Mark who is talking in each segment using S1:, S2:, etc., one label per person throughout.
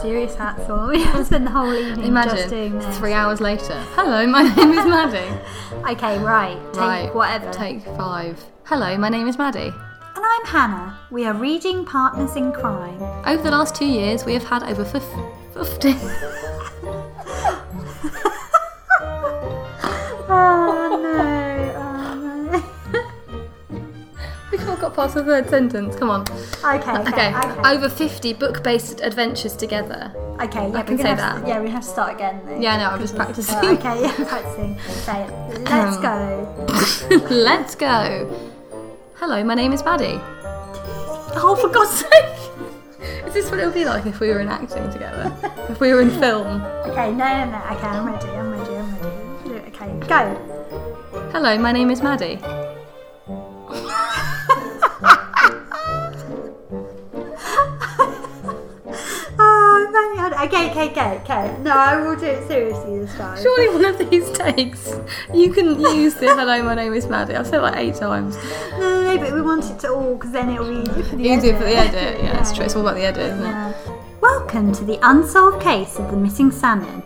S1: serious hats on. We have spent the whole evening just doing
S2: Imagine
S1: this.
S2: three hours later. Hello, my name is Maddie.
S1: Okay, right. Take
S2: right,
S1: whatever.
S2: Take five. Hello, my name is Maddie.
S1: And I'm Hannah. We are reading Partners in Crime.
S2: Over the last two years, we have had over fif- 50.
S1: Oh no. Oh,
S2: we can't got past the third sentence. Come on.
S1: no. Okay, okay,
S2: Okay.
S1: okay.
S2: Over 50 book-based adventures together.
S1: Okay, yeah,
S2: I can
S1: we're gonna
S2: say
S1: have to-
S2: that.
S1: yeah, we have to start again. Though.
S2: Yeah, no, I'm just
S1: Because it's-
S2: practicing. Hmm.
S1: oh, okay, yeah, practicing. Okay, let's go.
S2: Let's go. Hello, my name is Maddie.
S1: Oh, for God's sake!
S2: Is this what it would be like if we were in acting together? if we were in film?
S1: Okay, no, no, no. Okay, I'm ready. I'm ready. I'm ready. Okay, go.
S2: Hello, my name is Maddie.
S1: Oh, man, you had- okay, okay, okay, okay. No, I will do it seriously this time.
S2: Surely one of these takes you can use the hello, my name is Maddie. I've said it like eight times.
S1: No, no, no, but we want it to all because then it'll be easier for the
S2: Easier
S1: edit.
S2: for the edit. Yeah, it's true. It's all about the edit, isn't it?
S1: Yeah. Welcome to the unsolved case of the missing salmon.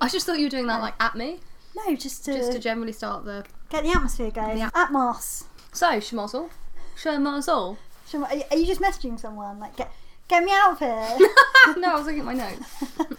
S2: I just thought you were doing that like at me,
S1: No, just to,
S2: just to generally start the.
S1: get the atmosphere going.
S2: Yeah.
S1: Atmos.
S2: So, Schmozzle. Schmozzle.
S1: Shall we- Are you- are you just messaging someone? Like, get get me out of here.
S2: no, I was looking at my notes,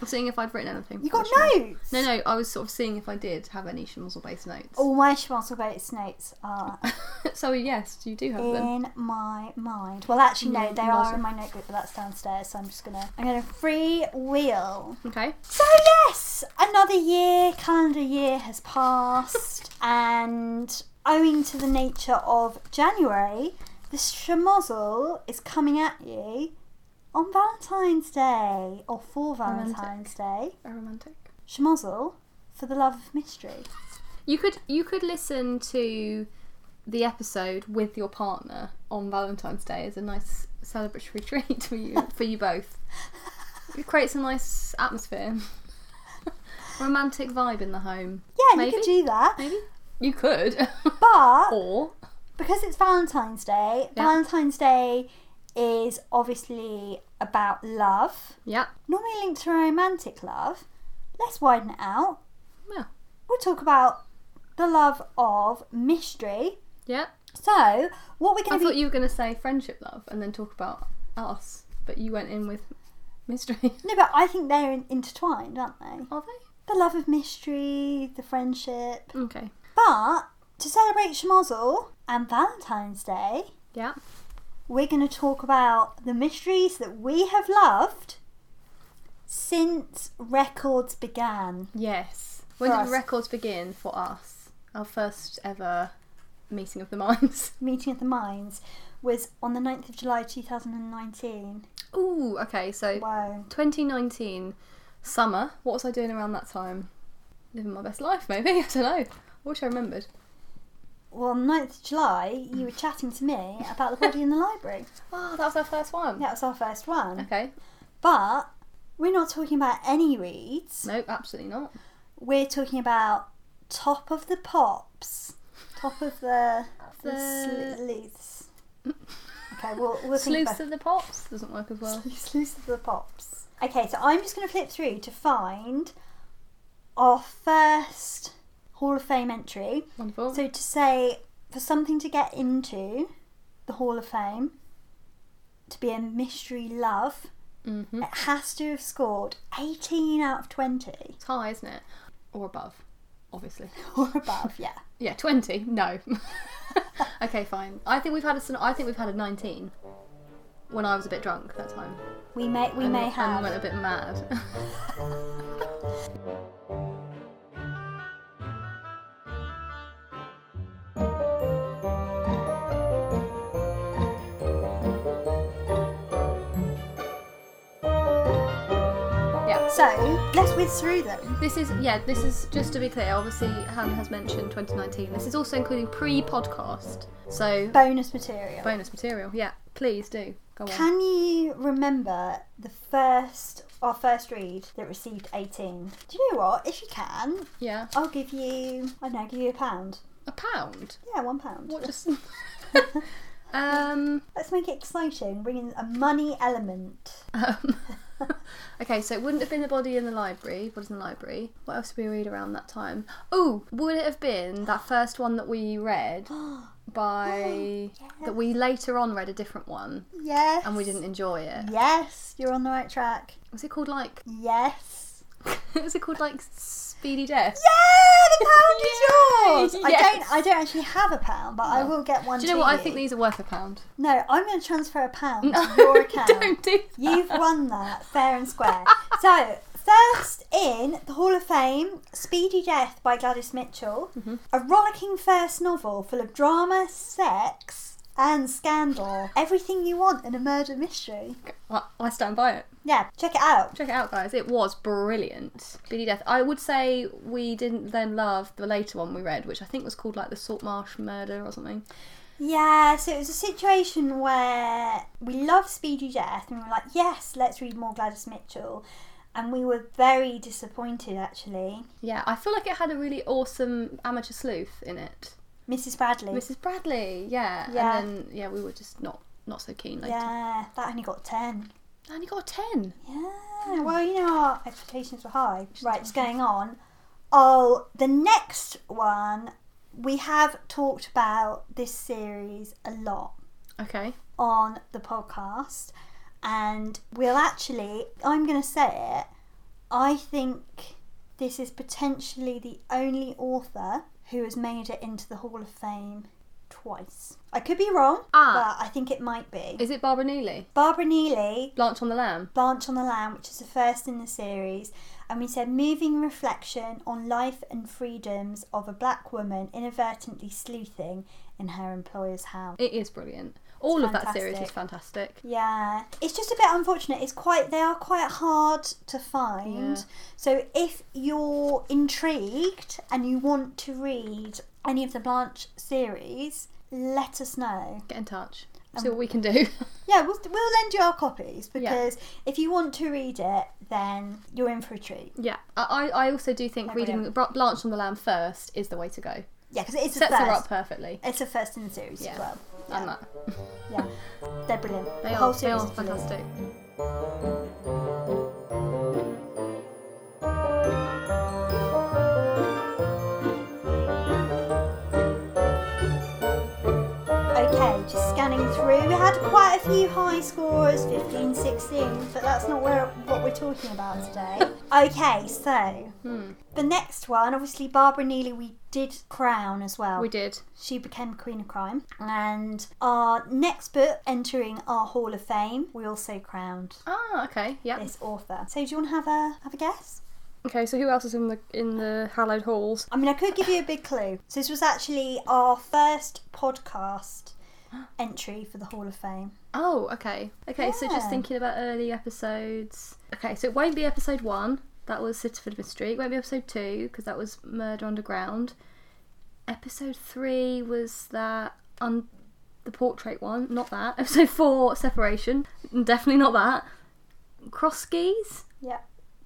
S2: seeing if I'd written anything.
S1: You got
S2: for the
S1: notes.
S2: schmozzle. No, no, I was sort of seeing if I did have any schmozzle based notes.
S1: All my Schwarzenegger's notes are
S2: so, yes, you do have them. Mm,
S1: in my mind. Well, actually, no, they
S2: Schmozzle.
S1: are in my notebook, but that's downstairs. So I'm just gonna I'm gonna freewheel.
S2: Okay.
S1: So yes, another year, calendar year has passed, and owing to the nature of January, the schmozzle is coming at you on Valentine's Day or for Valentine's Day.
S2: A romantic.
S1: Schmozzle for the love of mystery.
S2: You could you could listen to the episode with your partner on Valentine's Day as a nice celebratory treat for you for you both. It creates a nice atmosphere, romantic vibe in the home.
S1: Yeah,
S2: Maybe.
S1: you could do that,
S2: Maybe you could,
S1: but
S2: or
S1: because it's Valentine's Day,
S2: Yeah.
S1: Valentine's Day is obviously about love,
S2: yeah,
S1: normally linked to romantic love. Let's widen it out.
S2: yeah,
S1: we'll talk about the love of mystery.
S2: yeah.
S1: So, what we're
S2: I
S1: going to
S2: thought
S1: be
S2: you were gonna say friendship love and then talk about us, but you went in with mystery.
S1: no, but I think they're in- intertwined, aren't they?
S2: Are they
S1: The love of mystery, the friendship.
S2: okay?
S1: But to celebrate Schmozzle and Valentine's Day,
S2: Yeah.
S1: we're going to talk about the mysteries that we have loved since records began.
S2: Yes. When
S1: For
S2: did
S1: us.
S2: the records begin for us? Our first ever meeting of the minds.
S1: Meeting of the Minds was on the 9th of July 2019.
S2: Ooh, okay, so
S1: Wow.
S2: 2019 summer. What was I doing around that time? Living my best life, maybe? I don't know. I wish I remembered.
S1: Well, on the 9th of July, you were chatting to me about the body in the library.
S2: Oh, that was our first one.
S1: That was our first one.
S2: Okay.
S1: But we're not talking about any reads.
S2: Nope, absolutely not.
S1: We're talking about top of the pops. Top of the, the...
S2: The-
S1: sleuths. Okay, we'll, we'll think about
S2: Sleuths of the Pops doesn't work as well.
S1: Sleuths of the pops. Okay, so I'm just going to flip through to find our first Hall of Fame entry.
S2: Wonderful.
S1: So to say for something to get into the Hall of Fame, to be a mystery love,
S2: mm-hmm.
S1: it has to have scored 18 out of 20
S2: It's high, isn't it? Or above, obviously.
S1: or above. Yeah,
S2: Yeah, 20. No. okay, fine. I think we've had a syn- I think we've had a 19 when I was a bit drunk that time.
S1: we may we
S2: and,
S1: may
S2: and
S1: have.
S2: went a bit mad.
S1: So let's whiz through them.
S2: This is yeah. This is just to be clear. Obviously, Hannah has mentioned 2019. This is also including pre-podcast, so
S1: Bonus material.
S2: bonus material. Yeah, please do go on.
S1: Can you remember the first our first read that received 18? Do you know what? If you can,
S2: yeah,
S1: I'll give you I don't know, give you a pound.
S2: a pound.
S1: Yeah, one pound.
S2: What just? Um,
S1: Let's make it exciting. Bring in a money element.
S2: um, okay, so it wouldn't have been the body in the library. Bodies in the library. What else did we read around that time? Oh, would it have been that first one that we read by that we later on read a different one
S1: Yes.
S2: and we didn't enjoy it?
S1: Yes, you're on the right track.
S2: Was it called like?
S1: Yes.
S2: was it called like Speedy Death?
S1: Yeah, the pound is
S2: Yay,
S1: yours. I
S2: yes.
S1: don't. I don't actually have a pound, but I
S2: No.
S1: will get one.
S2: Do you know
S1: to
S2: what? I think these are worth a pound.
S1: No, I'm going to transfer a pound to your account.
S2: don't do. That.
S1: You've won that fair and square. so, first in the Hall of Fame, Speedy Death by Gladys Mitchell, a rollicking first novel full of drama, sex, and scandal. Everything you want in a murder mystery.
S2: Well, I stand by it.
S1: Yeah, check it out.
S2: Check it out, guys. It was brilliant. Speedy Death. I would say we didn't then love the later one we read, which I think was called like the Saltmarsh Murder or something.
S1: Yeah, so it was a situation where we love Speedy Death and we were like, yes, let's read more Gladys Mitchell. And we were very disappointed actually.
S2: Yeah, I feel like it had a really awesome amateur sleuth in it.
S1: Mrs. Bradley.
S2: Mrs. Bradley, yeah.
S1: Yeah.
S2: And then yeah, we were just not not so keen later.
S1: Yeah, that only got 10.
S2: And he got a ten.
S1: Yeah, well, you know, our expectations were high. Right, it's going on. Oh, the next one, we have talked about this series a lot
S2: Okay.
S1: on the podcast, and we'll actually, I'm going to say it, I think this is potentially the only author who has made it into the Hall of Fame twice. I could be wrong,
S2: Ah.
S1: but I think it might be.
S2: Is it Barbara Neely?
S1: Barbara Neely
S2: Blanche on the Lamb.
S1: Blanche on the Lamb, which is the first in the series, and we said moving reflection on life and freedoms of a black woman inadvertently sleuthing in her employer's house.
S2: It is brilliant. All of that series is
S1: fantastic.
S2: fantastic.
S1: Yeah, it's just a bit unfortunate. It's quite they are quite hard to find.
S2: Yeah.
S1: So if you're intrigued and you want to read any of the Blanche series, let us know.
S2: Get in touch.
S1: Um,
S2: See what we can do.
S1: Yeah, we'll, we'll lend you our copies because if you want to read it, then you're in for a treat.
S2: yeah. I, I I also do think
S1: Yeah,
S2: reading Bra- Blanche on the Lamb first is the way to go.
S1: Yeah, because it's
S2: Sets
S1: a first.
S2: her up perfectly.
S1: It's a first in the series
S2: Yeah.
S1: as well.
S2: And that.
S1: Yeah, they're brilliant.
S2: They
S1: the
S2: are,
S1: whole
S2: they
S1: series
S2: are
S1: is brilliant.
S2: fantastic.
S1: Okay, just scanning through. We had quite a few high scores, 15, 16, but that's not where, what we're talking about today. okay, so
S2: Hmm.
S1: the next one, obviously Barbara Neely, we did crown as well.
S2: We did.
S1: She became Queen of Crime. And our next book entering our Hall of Fame, we also crowned
S2: Ah, okay. Yeah.
S1: this author. So do you want to have a have a guess?
S2: Okay, so who else is in the in the hallowed halls?
S1: I mean, I could give you a big clue. So this was actually our first podcast entry for the Hall of Fame.
S2: Oh, okay. Okay, so
S1: Yeah.
S2: just thinking about early episodes. Okay, so it won't be episode one. That was Sitterford Mystery. It won't be episode two because that was Murder Underground. Episode three was that un- the portrait one. Not that. Episode four, Separation. Definitely not that. Cross skis.
S1: Yep.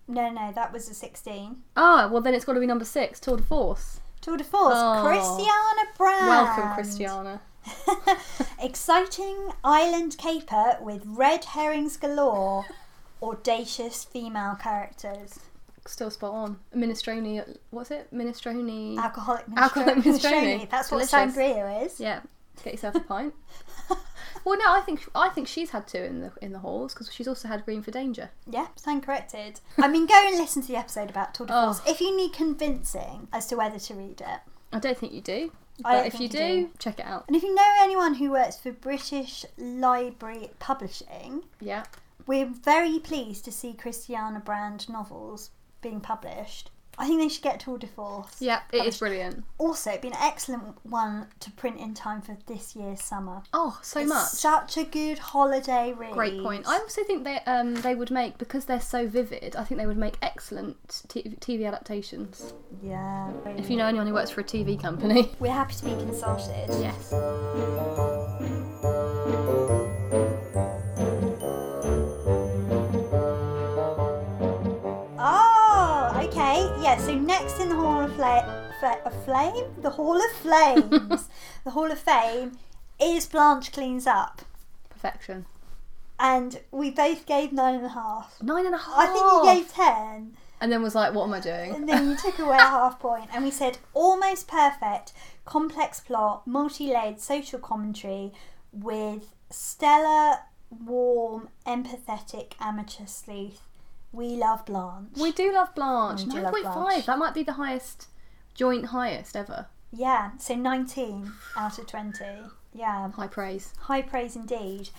S1: No, no, that was a 16.
S2: Ah, well then it's got to be number six, Tour de Force.
S1: Tour de Force,
S2: Oh.
S1: Christiana Brand.
S2: Welcome, Christiana.
S1: Exciting island caper with red herrings galore, audacious female characters.
S2: Still spot on. Minestrone. What's it? Minestrone.
S1: Alcoholic minestrone.
S2: Alcoholic minestrone.
S1: That's what
S2: Delicious.
S1: sangria is.
S2: Yeah, get yourself a pint. Well, no, I think I think she's had two in the in the halls because she's also had Green for Danger.
S1: Yeah, stand corrected. I mean, go and listen to the episode about Tour de
S2: Oh.
S1: Force if you need convincing as to whether to read it.
S2: I don't think you do,
S1: I don't
S2: but if
S1: think
S2: you
S1: you
S2: do, check it out.
S1: And if you know anyone who works for British Library Publishing,
S2: Yeah,
S1: we're very pleased to see Christiana Brand novels being published. I think they should get Tour de Force.
S2: yeah, it is brilliant.
S1: Also, it'd be an excellent one to print in time for this year's summer.
S2: Oh, so
S1: It's
S2: much.
S1: Such a good holiday read.
S2: Great point. I also think they um they would make because they're so vivid. I think they would make excellent t- TV adaptations.
S1: Yeah.
S2: If you know anyone who works for a TV company,
S1: We're happy to be consulted.
S2: yes.
S1: Oh, okay. Yeah, so next in the Hall of Fla- Fla- of Flame? The Hall of Flames. the Hall of Fame is Blanche cleans up,
S2: Perfection.
S1: and we both gave nine and a half.
S2: Nine and a half.
S1: I think you gave ten,
S2: And then was like, what am I doing?
S1: and then you took away a half point, and we said almost perfect, complex plot, multi-layered social commentary with stellar, warm, empathetic amateur sleuth. We love Blanche.
S2: we do love Blanche.
S1: We do
S2: Nine
S1: love
S2: point five.
S1: Blanche.
S2: That might be the highest joint highest ever.
S1: yeah, so nineteen out of twenty. Yeah.
S2: High praise.
S1: High praise indeed.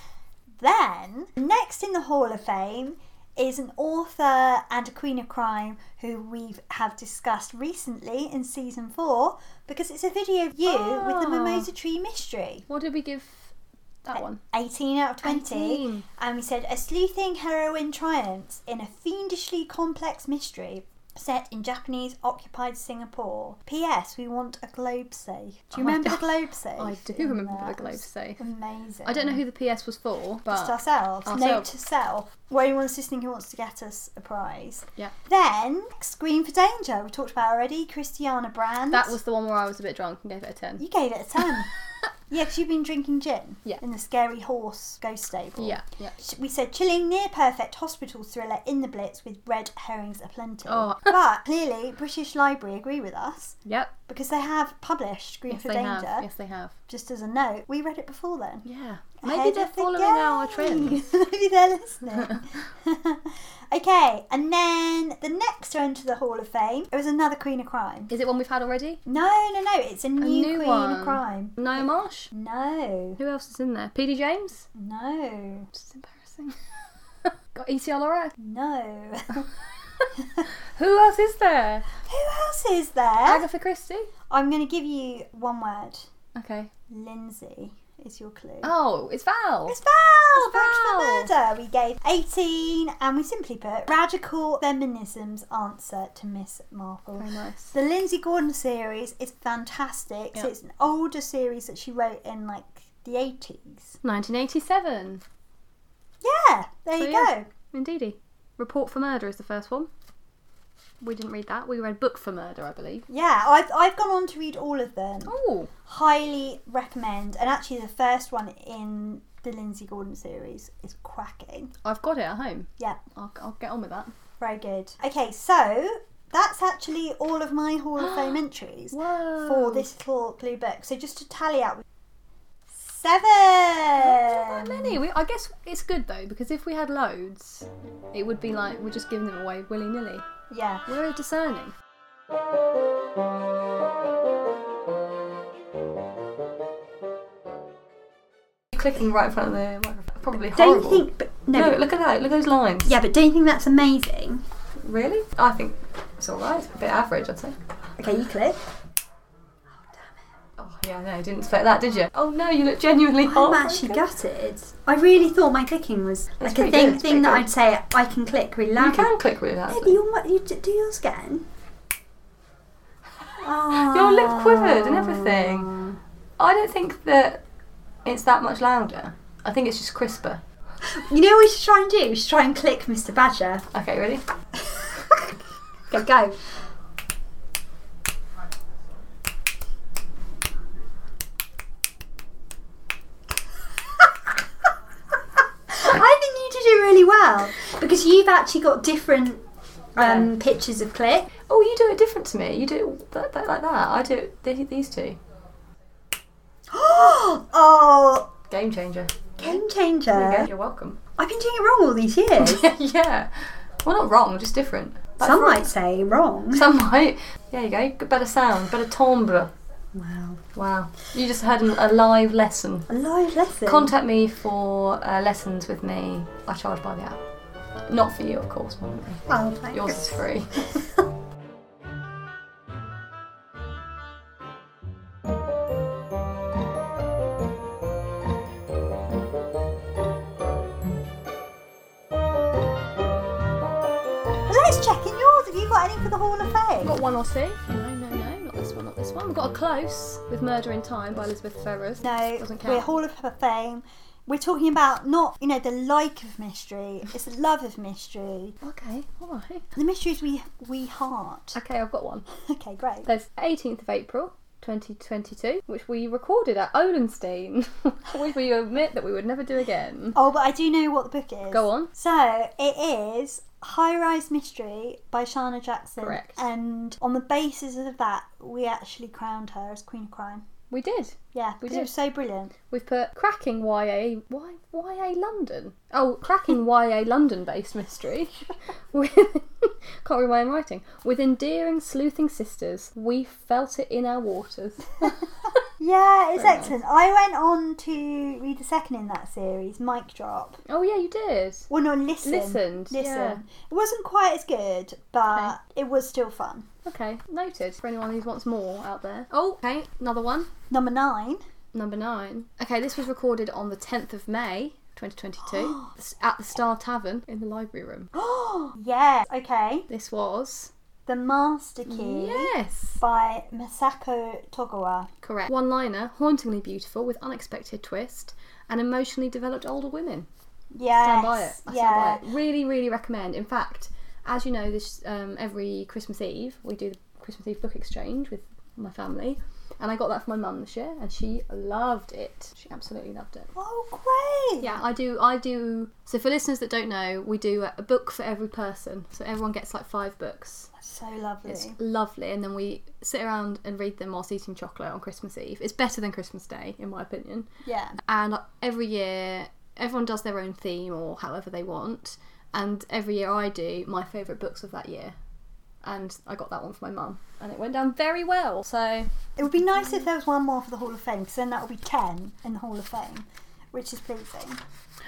S1: Then, next in the Hall of Fame is an author and a queen of crime who we have discussed recently in season four because it's a video of you with the
S2: Ah.
S1: mimosa tree mystery.
S2: What did we give that one?
S1: 18 out of 20.
S2: 18.
S1: And we said a sleuthing heroine triumphs in a fiendishly complex mystery set in Japanese occupied Singapore. P.S. We want a globe safe. Do you
S2: Oh, I
S1: remember
S2: do-
S1: the globe safe?
S2: I do
S1: in
S2: remember the
S1: that?
S2: globe safe.
S1: Amazing.
S2: I don't know who the PS was for,
S1: just
S2: but
S1: ourselves. Note
S2: ourselves.
S1: to self. Where anyone's listening who wants to get us a prize.
S2: Yeah.
S1: Then Screen for Danger, we talked about already. Christiana Brand.
S2: that was the one where I was a bit drunk and gave it a ten.
S1: You gave it a ten. yeah, because you've been drinking gin.
S2: Yeah.
S1: In the scary horse ghost stable.
S2: Yeah, yeah.
S1: Sh- We said chilling, near perfect hospital thriller in the Blitz with red herrings aplenty.
S2: Oh.
S1: but clearly, British Library agree with us
S2: Yep.
S1: because they have published Screen
S2: Yes,
S1: for
S2: they
S1: Danger.
S2: have. Yes, they have.
S1: Just as a note, we read it before then.
S2: Yeah.
S1: Ahead
S2: Maybe they're
S1: of the
S2: following our
S1: game.
S2: trends.
S1: Maybe they're listening. okay, and then the next one to the Hall of Fame. It was another Queen of Crime.
S2: Is it one we've had already?
S1: No, no, no. It's a new,
S2: new
S1: Queen
S2: one.
S1: of Crime.
S2: No Marsh.
S1: No,
S2: Who else is in there? PD James.
S1: no,
S2: Just embarrassing. Got ECL Laura.
S1: no.
S2: Who else is there?
S1: Who else is there?
S2: Agatha Christie.
S1: I'm going to give you one word.
S2: Okay.
S1: Lindsay is your clue.
S2: Oh, it's Val.
S1: It's Val!
S2: It's
S1: Back to the murder. We gave 18, and we simply put radical feminism's answer to Miss Marple.
S2: Very nice.
S1: The Lindsay Gordon series is fantastic. So
S2: Yeah.
S1: it's an older series that she wrote in like the 80s.
S2: 1987.
S1: Yeah, there
S2: So,
S1: you
S2: yeah.
S1: go.
S2: Indeedy. Report for Murder is the first one. We didn't read that. We read Book for Murder, I believe.
S1: Yeah, I've, I've gone on to read all of them.
S2: Oh,
S1: Highly recommend. And actually, the first one in the Lindsay Gordon series is cracking.
S2: I've got it at home.
S1: Yeah,
S2: I'll, I'll get on with that.
S1: very good. Okay, so that's actually all of my Hall of Fame entries
S2: Whoa.
S1: for this little blue book. So just to tally up, seven.
S2: Not that
S1: um,
S2: many. We, I guess it's good though because if we had loads, it would be like we're just giving them away willy nilly.
S1: Yeah.
S2: We're discerning.
S3: Clicking right in front of the microphone. Probably
S1: Don't
S3: horrible.
S1: think, but no,
S3: no, look at that. Look at those lines.
S1: Yeah, but don't you think that's amazing?
S3: Really? Oh, I think it's alright. A bit average, I'd say.
S1: Okay, you click.
S3: Oh, yeah, no, I didn't expect that, did you? Oh, no, you look genuinely
S1: I'm
S3: horrible.
S1: actually gutted. I really thought my clicking was like a
S3: pretty
S1: thing,
S3: good, Oh, it's
S1: thing
S3: pretty
S1: that
S3: good.
S1: I'd say I can click really
S3: You
S1: loudly.
S3: can click really
S1: Yeah, but
S3: loudly.
S1: you, might- you d- do yours again.
S3: Your lip quivered and everything. I don't think that it's that much louder. I think it's just crisper.
S1: You know what we should try and do? We should try and click Mr. Badger.
S3: Okay, ready?
S1: Okay, go. I think you did it really well because you've actually got different um, pictures of click.
S3: Oh, you do it different to me. You do it that, that, like that. I do it th- these two.
S1: oh,
S3: Game changer.
S1: game
S3: There you go.
S1: changer!
S3: You're welcome.
S1: I've been doing it wrong all these years.
S3: yeah. Well, not wrong, just different. Like
S1: Some
S3: for-
S1: might say wrong.
S3: Some might. There you go. Got Better sound, better timbre.
S1: Wow,
S3: Wow. You just heard an- a live lesson.
S1: a live lesson.
S3: Contact me for uh, lessons with me. I charge by the hour. Not for you, of course. by the way.
S1: Oh, thank
S3: Yours is free.
S1: Let's check in yours. Have you got any for the Hall of Fame?
S2: Got one or two. No, no, no, not this one, not this one. We've got a close with Murder in Time by Elizabeth Ferrers.
S1: No,
S2: doesn't count.
S1: we're Hall of Fame. We're talking about not, you know, the like of mystery. It's the love of mystery.
S2: Okay, all right.
S1: The mysteries we we heart.
S2: Okay, I've got one.
S1: Okay, great.
S2: There's 18th of April 2022, which we recorded at Olenstein, which we admit that we would never do again.
S1: Oh, but I do know what the book is.
S2: Go on.
S1: So it is High Rise Mystery by Shana Jackson.
S2: Correct.
S1: And on the basis of that, we actually crowned her as Queen of Crime.
S2: We did.
S1: Yeah,
S2: We
S1: because it was so brilliant.
S2: We've put cracking YA why YA London. Oh, cracking YA London based mystery. With can't read my own writing. With endearing sleuthing sisters, we felt it in our waters.
S1: Yeah, it's
S2: Very nice.
S1: excellent. I went on to read the second in that series, Mic Drop.
S2: oh yeah, you did.
S1: Well, no, listen.
S2: Listened,
S1: Listen.
S2: yeah.
S1: It wasn't quite as good, but it was still fun.
S2: Okay, noted. For anyone who wants more out there. Oh, okay, another one.
S1: Number nine.
S2: Number nine. Okay, this was recorded on the 10th of May, 2022, s- at the Star Tavern in the library room.
S1: Oh, yes. Okay.
S2: This was.
S1: The Master Key
S2: Yes!
S1: by Masako Togawa.
S2: Correct. One liner, hauntingly beautiful with unexpected twist, and emotionally developed older women.
S1: Yes.
S2: Stand by it. I
S1: yeah.
S2: stand by it. Really, really recommend. In fact, as you know, this um, every Christmas Eve we do the Christmas Eve book exchange with my family, and I got that for my mum this year, and she loved it. She absolutely loved it.
S1: Oh, great.
S2: Yeah, I do. I do. So for listeners that don't know, we do a, a book for every person. So everyone gets like five books.
S1: That's so lovely.
S2: It's lovely, and then we sit around and read them whilst eating chocolate on Christmas Eve. It's better than Christmas Day, in my opinion.
S1: yeah.
S2: And every year, everyone does their own theme or however they want. And every year, I do my favourite books of that year. And I got that one for my mum, and it went down very well. So
S1: It would be nice if there was one more for the Hall of Fame, because then that would be 10 in the Hall of Fame, which is pleasing.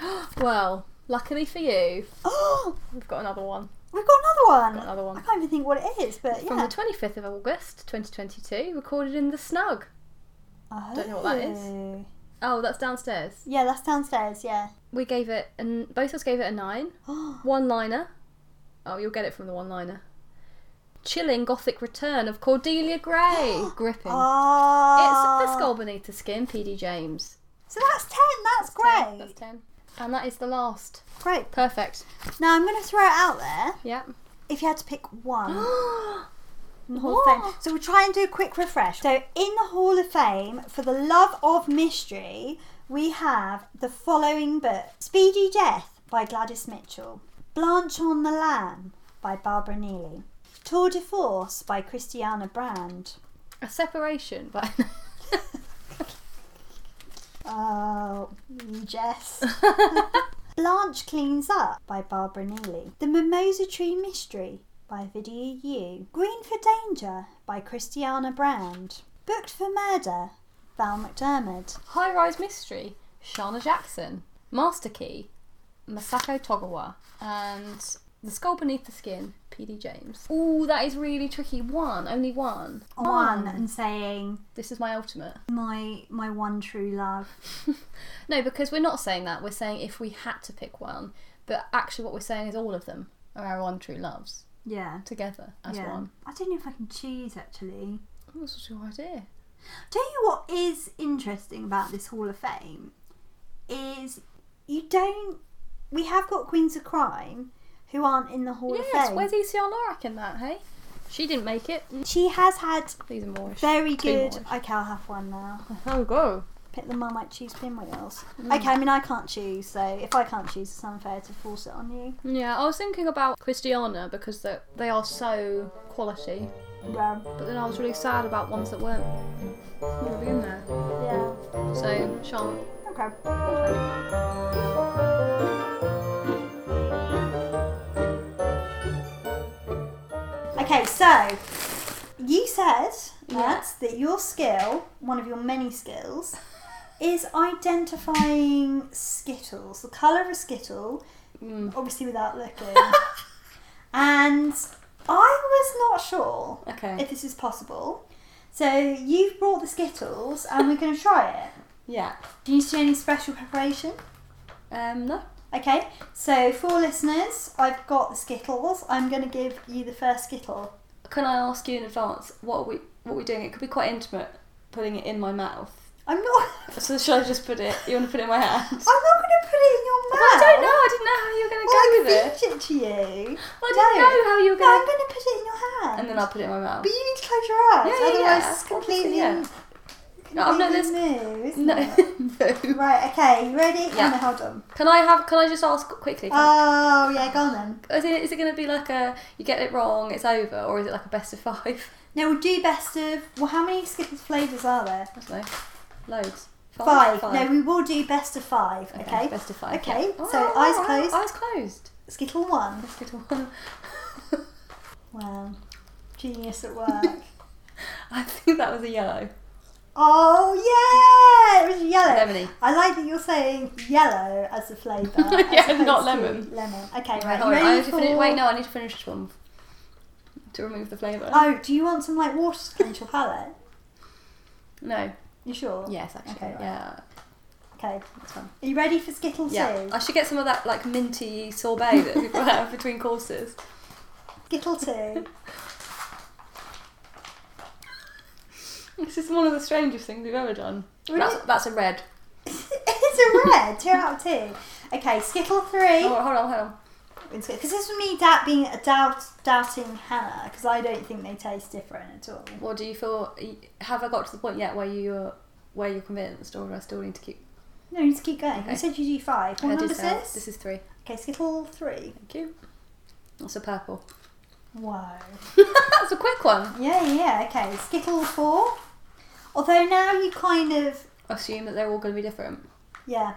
S2: well, luckily for you,
S1: Oh,
S2: we've got another one.
S1: we've got another one.
S2: Got another one.
S1: I can't even think what it is, but
S2: from
S1: yeah.
S2: the 25th of August 2022, recorded in the snug. don't know what that is.
S1: Oh.
S2: Oh, that's downstairs.
S1: Yeah, that's downstairs, yeah.
S2: We gave it, and both of us gave it a nine. One liner. Oh, you'll get it from the one liner. Chilling gothic return of Cordelia Gray. Gripping.
S1: Ah.
S2: It's the skull beneath the skin, PD James.
S1: So that's 10, that's,
S2: Ten,
S1: great.
S2: That's 10. And that is the last.
S1: Great.
S2: Perfect.
S1: Now I'm going to throw it out there.
S2: Yeah.
S1: If you had to pick one in the Hall
S2: What?
S1: of Fame. So we'll try and do a quick refresh. So in the Hall of Fame, for the love of mystery, we have the following book Speedy Death by Gladys Mitchell, Blanche on the Lamb by Barbara Neely, Tour de Force by Christiana Brand.
S2: A separation, but.
S1: Oh, you Jess. Blanche Cleans Up by Barbara Neely. The Mimosa Tree Mystery by Vidya Yu. Green for Danger by Christiana Brand. Booked for Murder, Val McDermid.
S2: High Rise Mystery, Shana Jackson. Master Key, Masako Togawa. And The Skull Beneath the Skin, PD James. Ooh, that is really tricky. One, only one.
S1: One and saying
S2: This is my ultimate.
S1: my my one true love.
S2: No, because we're not saying that. We're saying if we had to pick one. But actually, what we're saying is all of them are our one true loves
S1: Yeah.
S2: together as
S1: yeah.
S2: one.
S1: I don't know if I can choose actually.
S2: Oh, that's such a good idea.
S1: Tell you what is interesting about this Hall of Fame is you don't. We have got Queens of Crime who aren't in the Hall
S2: Yes,
S1: of
S2: where's E
S1: Fame.
S2: ECR Lorak in that, hey? She didn't make it. Mm,
S1: She has had
S2: These are Moorish.
S1: very
S2: Two
S1: good.
S2: Moorish.
S1: Okay, I'll have one now.
S2: Oh, go.
S1: Pick the mum might choose pinwheels. Okay, I mean I can't choose, so if I can't choose, it's unfair to force it on you.
S2: Yeah, I was thinking about Christiana because they they are so quality.
S1: Yeah,
S2: But then I was really sad about ones that weren't really in there.
S1: yeah.
S2: So, Sean.
S1: Okay. Okay, so you said Matt, that your skill, one of your many skills, is identifying skittles, the colour of a skittle,
S2: Mm.
S1: obviously without looking. and I was not sure
S3: Okay.
S1: if this is possible. So you've brought the skittles, and we're going to try it.
S3: yeah.
S1: Do you need to do any special preparation?
S3: Um, no.
S1: Okay, so for listeners, I've got the skittles. I'm going to give you the first skittle.
S3: Can I ask you in advance what are we what are we doing? It could be quite intimate, putting it in my mouth.
S1: I'm not.
S3: So should I just put it? You want to put it in my hand?
S1: I'm not going to put it in your mouth.
S3: I don't know. I didn't know how you were going to
S1: Well, I
S3: go with
S1: can
S3: it.
S1: feature it to you.
S3: I didn't
S1: No.
S3: know how you were
S1: No, I'm
S3: going. to
S1: going to put it in your hand.
S3: And then I'll put it in my mouth.
S1: But you need to close your eyes.
S3: Yeah, yeah,
S1: otherwise
S3: yeah,
S1: it's
S3: obviously,
S1: completely.
S3: yeah.
S1: completely
S3: No, I'm not- there's-
S1: new, isn't
S3: No.
S1: it?
S3: no.
S1: Right. Okay. You ready? Oh,
S3: Yeah.
S1: no, hold on.
S3: Can I have? Can I just ask quickly?
S1: Oh yeah, go on then.
S3: Is it, is it going to be like a you get it wrong, it's over, or is it like a best of five?
S1: Now we'll do best of. Well, how many Skittles flavors are there?
S3: I don't know. Loads.
S1: Five. No, we will do best of five. Okay.
S3: Okay, best of five.
S1: Okay,
S3: yeah.
S1: so
S3: Alright,
S1: eyes
S3: alright,
S1: closed.
S3: Eyes closed.
S1: Skittle one.
S3: Let's get to one.
S1: Wow. Genius at work.
S3: I think that was a yellow.
S1: oh yeah, it was yellow.
S3: Lemony.
S1: I like that you're saying yellow as a flavour. as
S3: Yeah,
S1: opposed
S3: not
S1: to
S3: lemon.
S1: Lemon. Okay,
S3: Right,
S1: right. You
S3: hold on, I
S1: ready
S3: need to
S1: for...
S3: finish, wait, no, I need to finish this one to remove the flavour.
S1: Oh, do you want some like water to cleanse your palate?
S3: no.
S1: You sure?
S3: Yes, actually.
S1: Okay, right.
S3: Yeah,
S1: Okay.
S3: that's fine.
S1: Are you ready for Skittle
S3: Yeah,
S1: two?
S3: I should get some of that like minty sorbet that people have between courses.
S1: Skittle two.
S3: This is one of the strangest things we've ever done.
S1: Really?
S3: That's, that's a red.
S1: it's a red. Two out of two. Okay, Skittle three.
S3: Oh, hold on, hold on.
S1: Because this was me doubt being a doubt doubting Hannah because I don't think they taste different at all.
S3: Or do you feel? Have I got to the point yet where you're where you're convinced, or do I still need to keep?
S1: No, you just keep going.
S3: Okay.
S1: You said you do five. What
S3: I
S1: number
S3: did
S1: is
S3: say-
S1: this?
S3: This is three.
S1: Okay, Skittle three.
S3: Thank you. That's a purple.
S1: Wow.
S3: That's a quick one.
S1: Yeah, yeah. Okay, Skittle four. Although now you kind of
S3: Assume that they're all going to be different.
S1: yeah.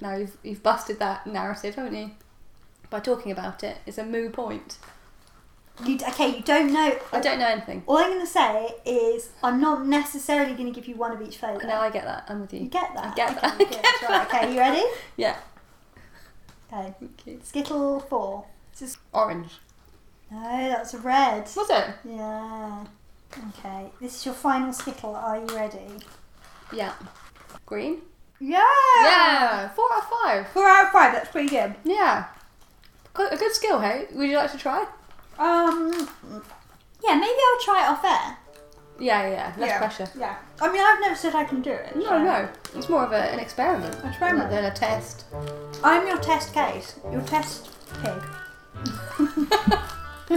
S3: Now you've you've busted that narrative, haven't you? By talking about it, it's a moo point.
S1: You d- okay? You don't know.
S3: I don't know anything.
S1: All I'm going to say is I'm not necessarily going to give you one of each flavour.
S3: Now I get that. I'm with
S1: You
S3: you.
S1: get that?
S3: I get that.
S1: Okay, good. Right, okay, you ready?
S3: Yeah.
S1: Okay.
S3: Thank you.
S1: Skittle four.
S3: Orange.
S1: No, that's a red.
S3: Was it?
S1: Yeah. Okay. This is your final skittle. Are you ready?
S3: Yeah. Green.
S1: Yeah.
S3: Yeah. Four out of five.
S1: Four out of five. That's pretty good.
S3: Yeah. Good- A good skill, hey? Would you like to try?
S1: Um. Yeah. Maybe I'll try it off air.
S3: Yeah, yeah. yeah. Less
S1: yeah.
S3: pressure.
S1: Yeah. I mean, I've never said I can do it.
S3: No,
S1: so-
S3: no. It's more of a, an experiment.
S1: Experiment.
S3: Than a test.
S1: I'm your test case. Your test pig.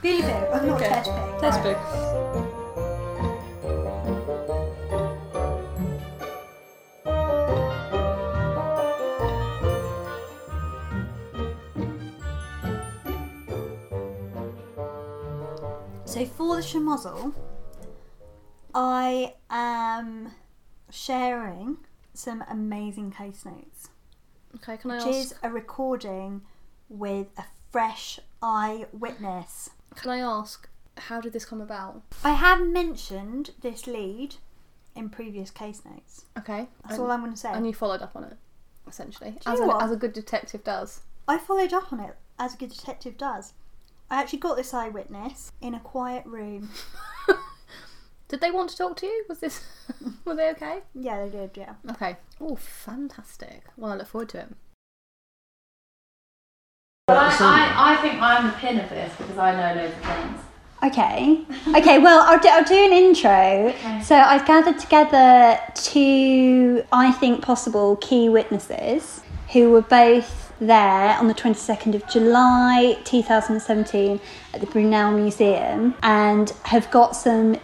S1: Billy pig. I'm your
S3: Okay.
S1: test pig.
S3: Test book.
S1: So for the chamozzle, I am sharing some amazing case notes.
S2: Okay, can I
S1: which is
S2: ask?
S1: a recording with a fresh eyewitness.
S2: Can I ask? How did this come about?
S1: I have mentioned this lead in previous case notes.
S2: Okay,
S1: That's
S2: and,
S1: all I'm going to say.
S2: and you followed up on it, essentially,
S1: you
S2: as,
S1: know
S2: a,
S1: what?
S2: as a good detective does.
S1: I followed up on it as a good detective does. I actually got this eyewitness in a quiet room.
S2: Did they want to talk to you? Was this? were they okay?
S1: Yeah, they did, yeah.
S2: Okay. Oh, fantastic. Well, I look forward to it.
S4: But I, I, I think I'm the pin of this because I know loads of things.
S1: Okay. Okay, well, I'll do, I'll do an intro. So I've gathered together two, I think, possible key witnesses who were both there on the 22nd of July 2017 at the Brunel Museum and have got some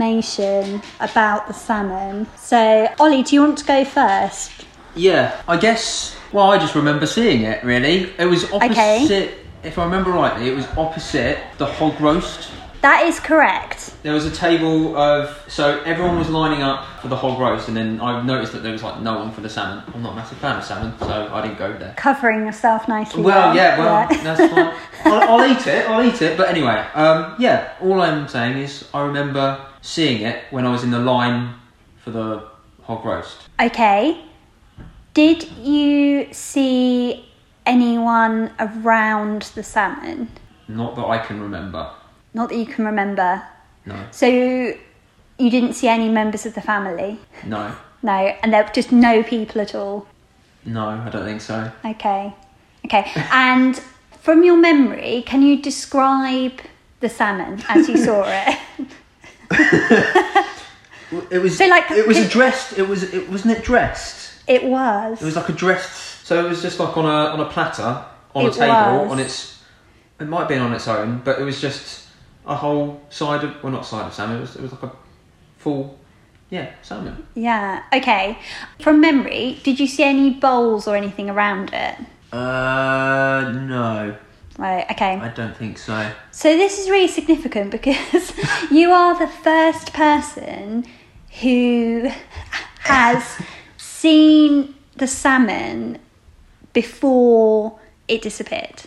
S1: information about the salmon. So, Ollie, do you want to go first?
S5: Yeah, I guess. Well, I just remember seeing it. Really, it was opposite. If I remember rightly, it was opposite the hog roast.
S1: That is correct.
S5: There was a table of so everyone was lining up for the hog roast, and then I noticed that there was like no one for the salmon. I'm not a massive fan of salmon, so I didn't go there.
S1: Covering yourself nicely.
S5: Well,
S1: there.
S5: yeah, well, that's fine. I'll, I'll eat it. I'll eat it. But anyway, um, yeah. All I'm saying is I remember seeing it when I was in the line for the hog roast.
S1: Okay. Did you see anyone around the salmon?
S5: Not that I can remember.
S1: Not that you can remember.
S5: No,
S1: So you didn't see any members of the family?
S5: no.
S1: No, and there were just no people at all.
S5: No, I don't think so.
S1: Okay. Okay. And from your memory, can you describe the salmon as you saw it?
S5: It was.
S1: So, like,
S5: it was
S1: it-
S5: dressed. It was. It wasn't it dressed.
S1: It was.
S5: It was like a dressed. So it was just like on a on a platter on a
S1: It
S5: table
S1: was.
S5: on its. It might have been on its own, but it was just a whole side of well, not side of salmon. It was it was like a full, yeah, salmon.
S1: Yeah. Okay. From memory, did you see any bowls or anything around it?
S5: Uh, no,
S1: Right. Okay.
S5: I don't think so.
S1: So this is really significant because you are the first person who has seen the salmon before it disappeared.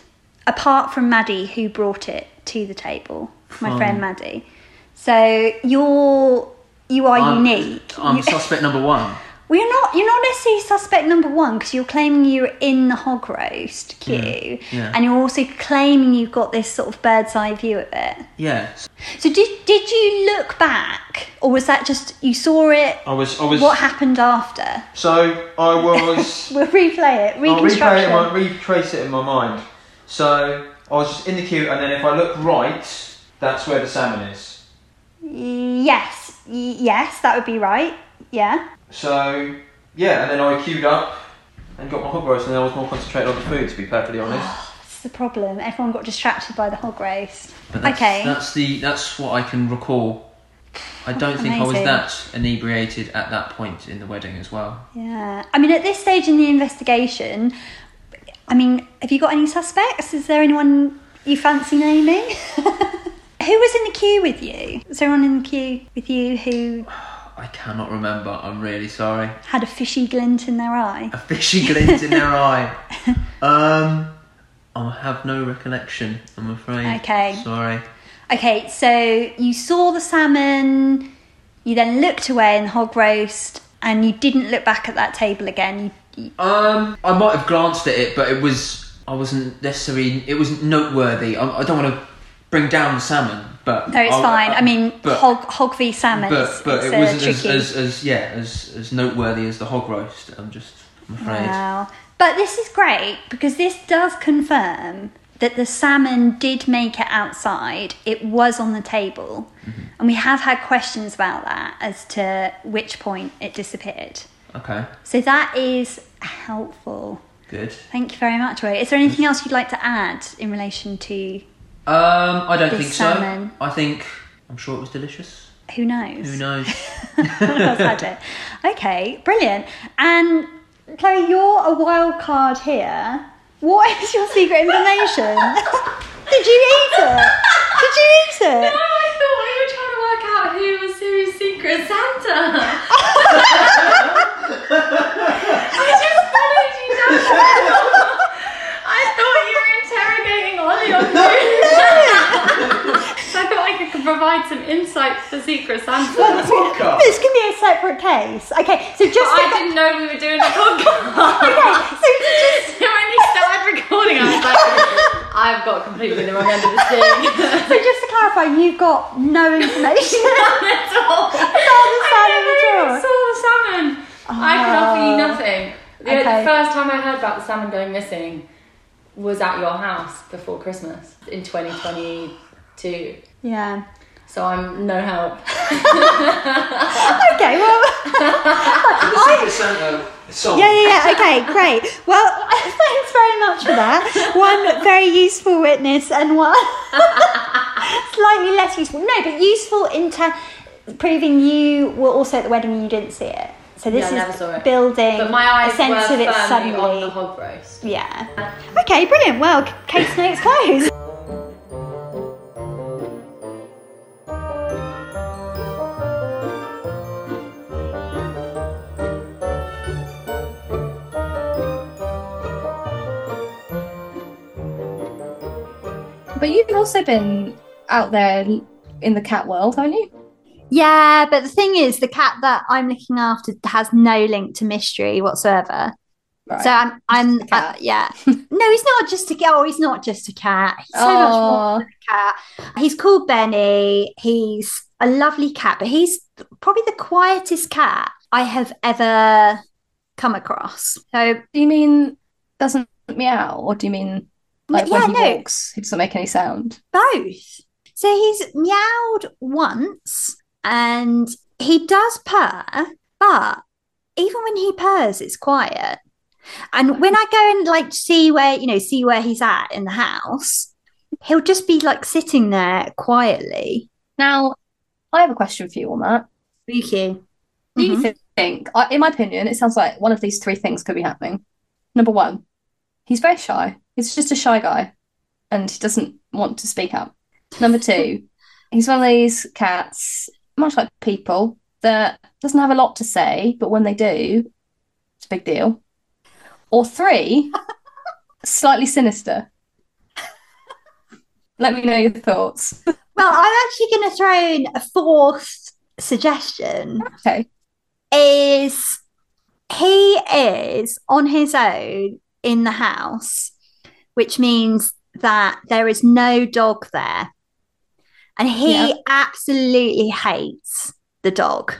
S1: Apart from Maddie who brought it to the table. My friend
S5: Fine.
S1: Maddie. So you're you are
S5: I'm-
S1: unique.
S5: I'm
S1: You-
S5: suspect number one.
S1: well, you're not. You're not necessarily suspect number one because you're claiming you were in the hog roast queue,
S5: yeah.
S1: and you're also claiming you've got this sort of bird's eye view of it.
S5: Yeah,
S1: So did did you look back, or was that just you saw it?
S5: I was. I was.
S1: What happened after?
S5: So I was.
S1: We'll replay it.
S5: I'll replay it
S1: Reconstruction.
S5: in my, retrace it in my mind. So I was just in the queue, and then if I look right, that's where the salmon is.
S1: yes, y- yes, that would be right. Yeah.
S5: So yeah, and then I queued up and got my hot roast, and I was more concentrated on the food, to be perfectly honest.
S1: That's the problem. Everyone got distracted by the hog roast.
S5: But that's,
S1: okay.
S5: That's the that's what I can recall. I don't think I was
S1: Amazing.
S5: that inebriated at that point in the wedding as well.
S1: Yeah. I mean, at this stage in the investigation, I mean, have you got any suspects? Is there anyone you fancy naming? who was in the queue with you? Was there anyone in the queue with you who
S5: I cannot remember. I'm really sorry.
S1: had a fishy glint in their eye?
S5: A fishy glint in their eye. Um, I have no recollection. I'm afraid.
S1: Okay.
S5: Sorry.
S1: Okay, so you saw the salmon, you then looked away in the hog roast, and you didn't look back at that table again. You, you,
S5: Um, I might have glanced at it, but it was I wasn't necessarily it wasn't noteworthy. I, I don't want to bring down the salmon, but
S1: no, it's
S5: I'll-
S1: fine. I mean,
S5: Oh, uh, but,
S1: hog, hog v salmon.
S5: but
S1: it's,
S5: but
S1: it's,
S5: it
S1: uh,
S5: wasn't as,
S1: tricky.
S5: as, as yeah as as noteworthy as the hog roast. I'm just I'm afraid.
S1: Wow. But this is great because this does confirm that the salmon did make it outside. It was on the table. And we have had questions about that as to which point it disappeared.
S5: Okay,
S1: So that is helpful.
S5: good.
S1: Thank you very much, Roy. Is there anything else you'd like to add in relation to
S5: Um, I don't
S1: The
S5: think
S1: salmon.
S5: so. I think I'm sure it was delicious.
S1: who knows?
S5: Who knows?
S1: I've had it. Okay, brilliant. And Chloe, you're a wild card here. What is your secret information? Did you eat it? Did you eat it?
S4: I thought we were trying to work out who was who's Secret Santa. I just followed you down. I thought you were interrogating Ollie on food. so I thought I could provide some insight for Secret Santa.
S5: Podcast.
S1: This could be a separate case. Okay, so just
S4: But I didn't know we were doing a podcast.
S1: okay, so just
S4: so when you started recording, I was like, I've got completely the wrong end of the stick.
S1: so just to clarify, you've got no information.
S4: None at all.
S1: I
S4: I
S1: never
S4: never
S1: even
S4: even saw the salmon. I can offer you nothing. The,
S1: Ah. Okay.
S4: the first time I heard about the salmon going missing was at your house before Christmas in 2022.
S1: yeah.
S4: So I'm no help.
S1: Okay, well Yeah, yeah, yeah. Okay, great. Well, thanks very much for that. One very useful witness and one slightly less useful. No, but useful in ter- proving you were also at the wedding and you didn't see it. So this
S4: Yeah,
S1: is
S4: I never saw it.
S1: building
S4: But my eyes
S1: a sense
S4: were
S1: of it
S4: firmly
S1: suddenly.
S4: on the hog roast.
S1: Yeah. Okay, brilliant. Well, c- case notes closed.
S3: But you've also been out there in the cat world, haven't you?
S1: Yeah, but the thing is, the cat that I'm looking after has no link to mystery whatsoever.
S3: Right.
S1: So I'm, I'm,
S3: a
S1: uh,
S3: cat.
S1: yeah. No, he's not just a cat. Oh, he's not just a cat. He's so much more
S3: Aw.
S1: cat. He's called Benny. He's a lovely cat, but he's probably the quietest cat I have ever come across. So,
S3: Do you mean doesn't meow, or do you mean like
S1: yeah,
S3: when he
S1: no,
S3: walks, he doesn't make any sound?
S1: both. So he's meowed once and he does purr, but even when he purrs, it's quiet. And when I go and like see where, you know, see where he's at in the house, he'll just be like sitting there quietly.
S3: Now, I have a question for you on that.
S1: Spooky.
S3: Do
S1: Mm-hmm.
S3: you Mm-hmm. thi- think, I in my opinion, it sounds like one of these three things could be happening? Number one, he's very shy. He's just a shy guy and he doesn't want to speak up. Number two, he's one of these cats, much like people, that doesn't have a lot to say, but when they do, it's a big deal. Or three, slightly sinister. Let me know your thoughts.
S1: Well, I'm actually going to throw in a fourth suggestion.
S3: Okay.
S1: is he is on his own in the house, which means that there is no dog there. And he
S3: Yeah.
S1: absolutely hates the dog.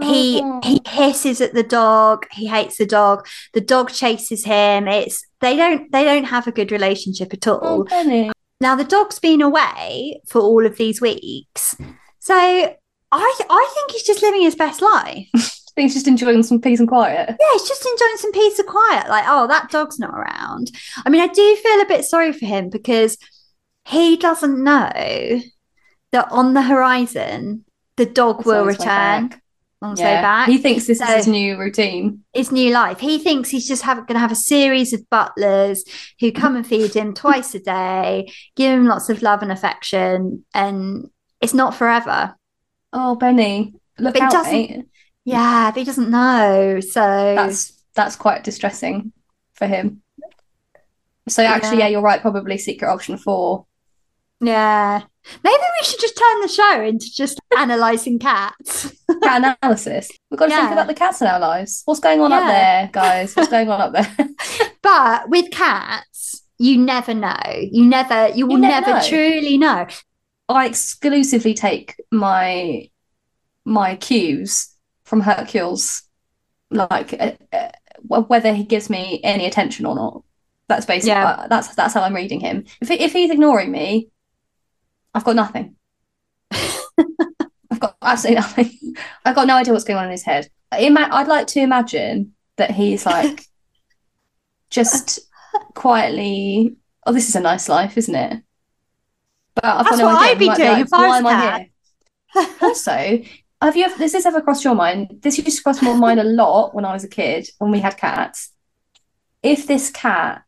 S1: He
S3: Oh.
S1: he hisses at the dog, he hates the dog, the dog chases him. It's they don't they don't have a good relationship at all.
S3: Oh, Benny.
S1: Now the dog's been away for all of these weeks. So I I think he's just living his best life.
S3: He's just enjoying some peace and quiet.
S1: Yeah, it's just enjoying some peace of quiet. Like, oh, that dog's not around. I mean, I do feel a bit sorry for him because he doesn't know that on the horizon, the dog
S3: It's
S1: will
S3: on its way
S1: return
S3: back.
S1: on its way
S3: Yeah.
S1: back.
S3: He thinks this is
S1: So-
S3: his new routine.
S1: his new life. He thinks he's just have, going to have a series of butlers who come and feed him twice a day, give him lots of love and affection, and it's not forever.
S3: Oh, Benny, look
S1: But it
S3: out,
S1: doesn't-
S3: mate.
S1: Yeah, but he doesn't know. So
S3: That's that's quite distressing for him. So actually,
S1: Yeah.
S3: yeah, you're right. Probably secret option four.
S1: Yeah. Maybe we should just turn the show into just analysing cats.
S3: Cat analysis. We've got to think
S1: Yeah.
S3: about the cats in our lives. What's going on up
S1: Yeah.
S3: there, guys? What's going on up there?
S1: But with cats, you never know. You never, you will
S3: never
S1: never
S3: know.
S1: truly know.
S3: I exclusively take my my cues from Hercules, like uh, uh, wh- whether he gives me any attention or not. That's basically
S1: Yeah.
S3: uh, that's that's how I'm reading him. If he- if he's ignoring me, I've got nothing. I've got absolutely nothing. I've got no idea what's going on in his head. I Ima I'd like to imagine that he's like just quietly. Oh, this is a nice life, isn't it? But I've got
S1: That's
S3: no
S1: what
S3: idea.
S1: I'd be
S3: Like,
S1: doing
S3: like,
S1: if I was
S3: why
S1: a
S3: am I
S1: cat.
S3: here? Also, have you ever, does this ever crossed your mind? This used to cross my mind a lot when I was a kid, when we had cats. If this cat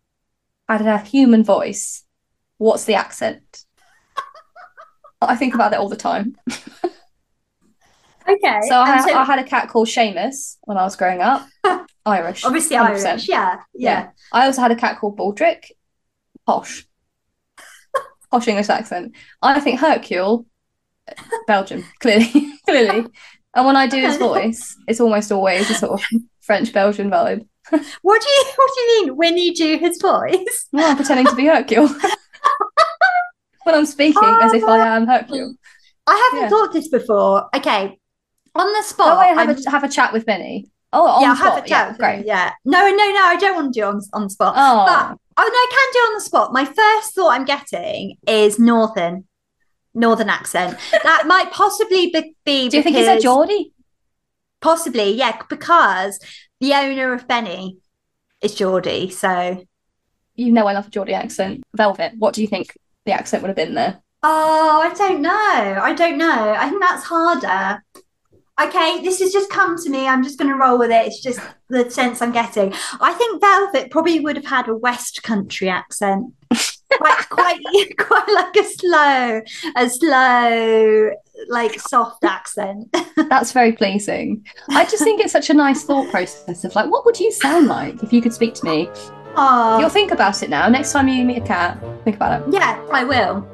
S3: had a human voice, what's the accent? I think about that all the time.
S1: Okay.
S3: So I,
S1: and so-
S3: I had a cat called Seamus when I was growing up, Irish.
S1: obviously
S3: 100%.
S1: Irish. Yeah.
S3: Yeah.
S1: Yeah.
S3: I also had a cat called Baldric. Posh. Posh English accent. I think Hercule, Belgium, clearly. clearly. And when I do his voice, it's almost always a sort of French Belgian vibe.
S1: What do you What do you mean when you do his voice?
S3: Well, I'm pretending to be Hercule. when I'm speaking as if I am Hercule.
S1: I haven't
S3: Yeah.
S1: thought this before. Okay. On the
S3: Oh,
S1: spot.
S3: I have
S1: I'm-
S3: a, have a chat with Benny. Oh, on
S1: yeah,
S3: the
S1: I'll have a
S3: spot, yeah,
S1: chat with
S3: great.
S1: him, Yeah. No, no, no. I don't want to do on on the spot.
S3: Oh,
S1: But Oh no, I can do on the spot. My first thought I'm getting is northern, northern accent. That might possibly be. be
S3: do you think he's a
S1: because-
S3: Geordie?
S1: Possibly, yeah, because the owner of Benny is Geordie. So,
S3: You know I love a Geordie accent. Velvet, what do you think the accent would have been there?
S1: oh, I don't know. I don't know. I think that's harder. Okay, this has just come to me. I'm just going to roll with it. It's just the sense I'm getting. I think Velvet probably would have had a West Country accent. quite, quite, quite like a slow, a slow, like soft accent.
S3: That's very pleasing. I just think it's such a nice thought process of like, what would you sound like if you could speak to me?
S1: Oh,
S3: You'll think about it now. Next time you meet a cat, think about it.
S1: yeah, I will.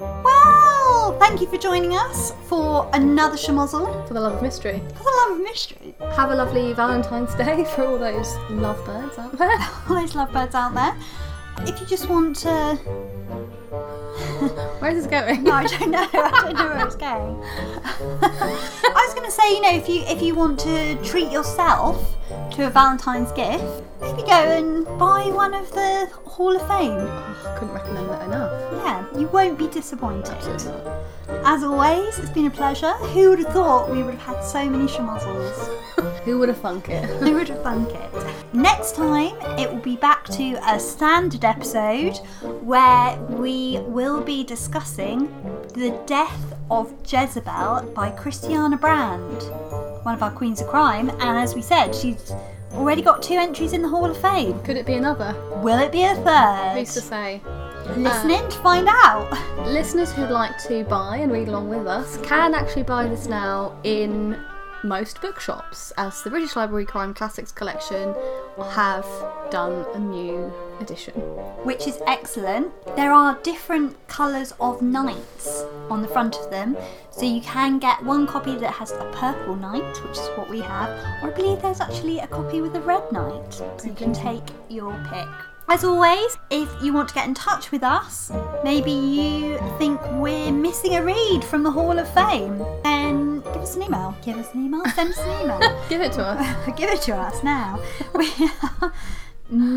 S6: Well, thank you for joining us for another Shamozzle
S2: for the love of mystery.
S6: for the love of mystery.
S2: Have a lovely Valentine's Day for all those lovebirds out there.
S6: All those lovebirds out there. If you just want to,
S2: Where's this going?
S6: no, I don't know. I don't know where it's going. I was going to say, you know, if you if you want to treat yourself to a Valentine's gift, maybe go and buy one of the Hall of Fame.
S2: Oh, I couldn't recommend that enough.
S6: Yeah, you won't be disappointed.
S1: As always, it's been a pleasure. Who would have thought we would have had so many schmozzles?
S2: Who would have thunk it?
S1: Who would have thunk it? Next time, it will be back to a standard episode where we will be discussing The Death of Jezebel by Christiana Brand, one of our Queens of Crime. And as we said, she's already got two entries in the Hall of Fame.
S2: Could it be another?
S1: Will it be a
S2: Who's to
S1: third?
S2: say?
S1: Listen in to find out.
S2: Listeners who'd like to buy and read along with us can actually buy this now in most bookshops, as the British Library Crime Classics Collection have done a new edition.
S1: which is excellent. There are different colours of knights on the front of them, so you can get one copy that has a purple knight, which is what we have, or I believe there's actually a copy with a red knight, so you can take your pick. As always, if you want to get in touch with us, maybe you think we're missing a read from the Hall of Fame, then give us an email. Give us an email, send us an email.
S2: Give it to us.
S1: Give it to us now. We are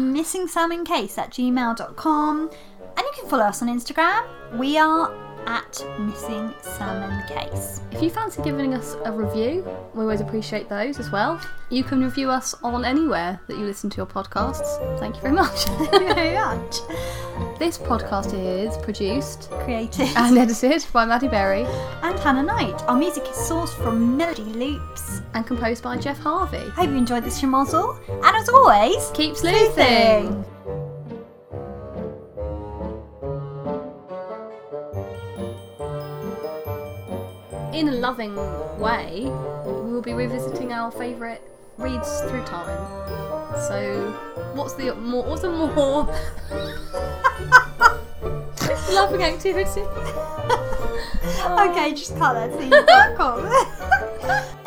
S1: missingsalmoncase at gmail.com and you can follow us on Instagram. We are at missing salmon case.
S2: If you fancy giving us a review, we always appreciate those as well. You can review us on anywhere that you listen to your podcasts. Thank you very much.
S1: Very much.
S2: this podcast is produced
S1: Created.
S2: and edited by Maddie Berry
S1: and Hannah Knight. Our music is sourced from Melody Loops.
S2: and composed by Jeff Harvey.
S1: Hope you enjoyed this schmozzle. And as always,
S2: Keep
S1: do
S2: sleuthing! in a loving way, we will be revisiting our favourite reads through time. So, what's the more? What's the more loving activity?
S1: Okay, just colour. See you back on.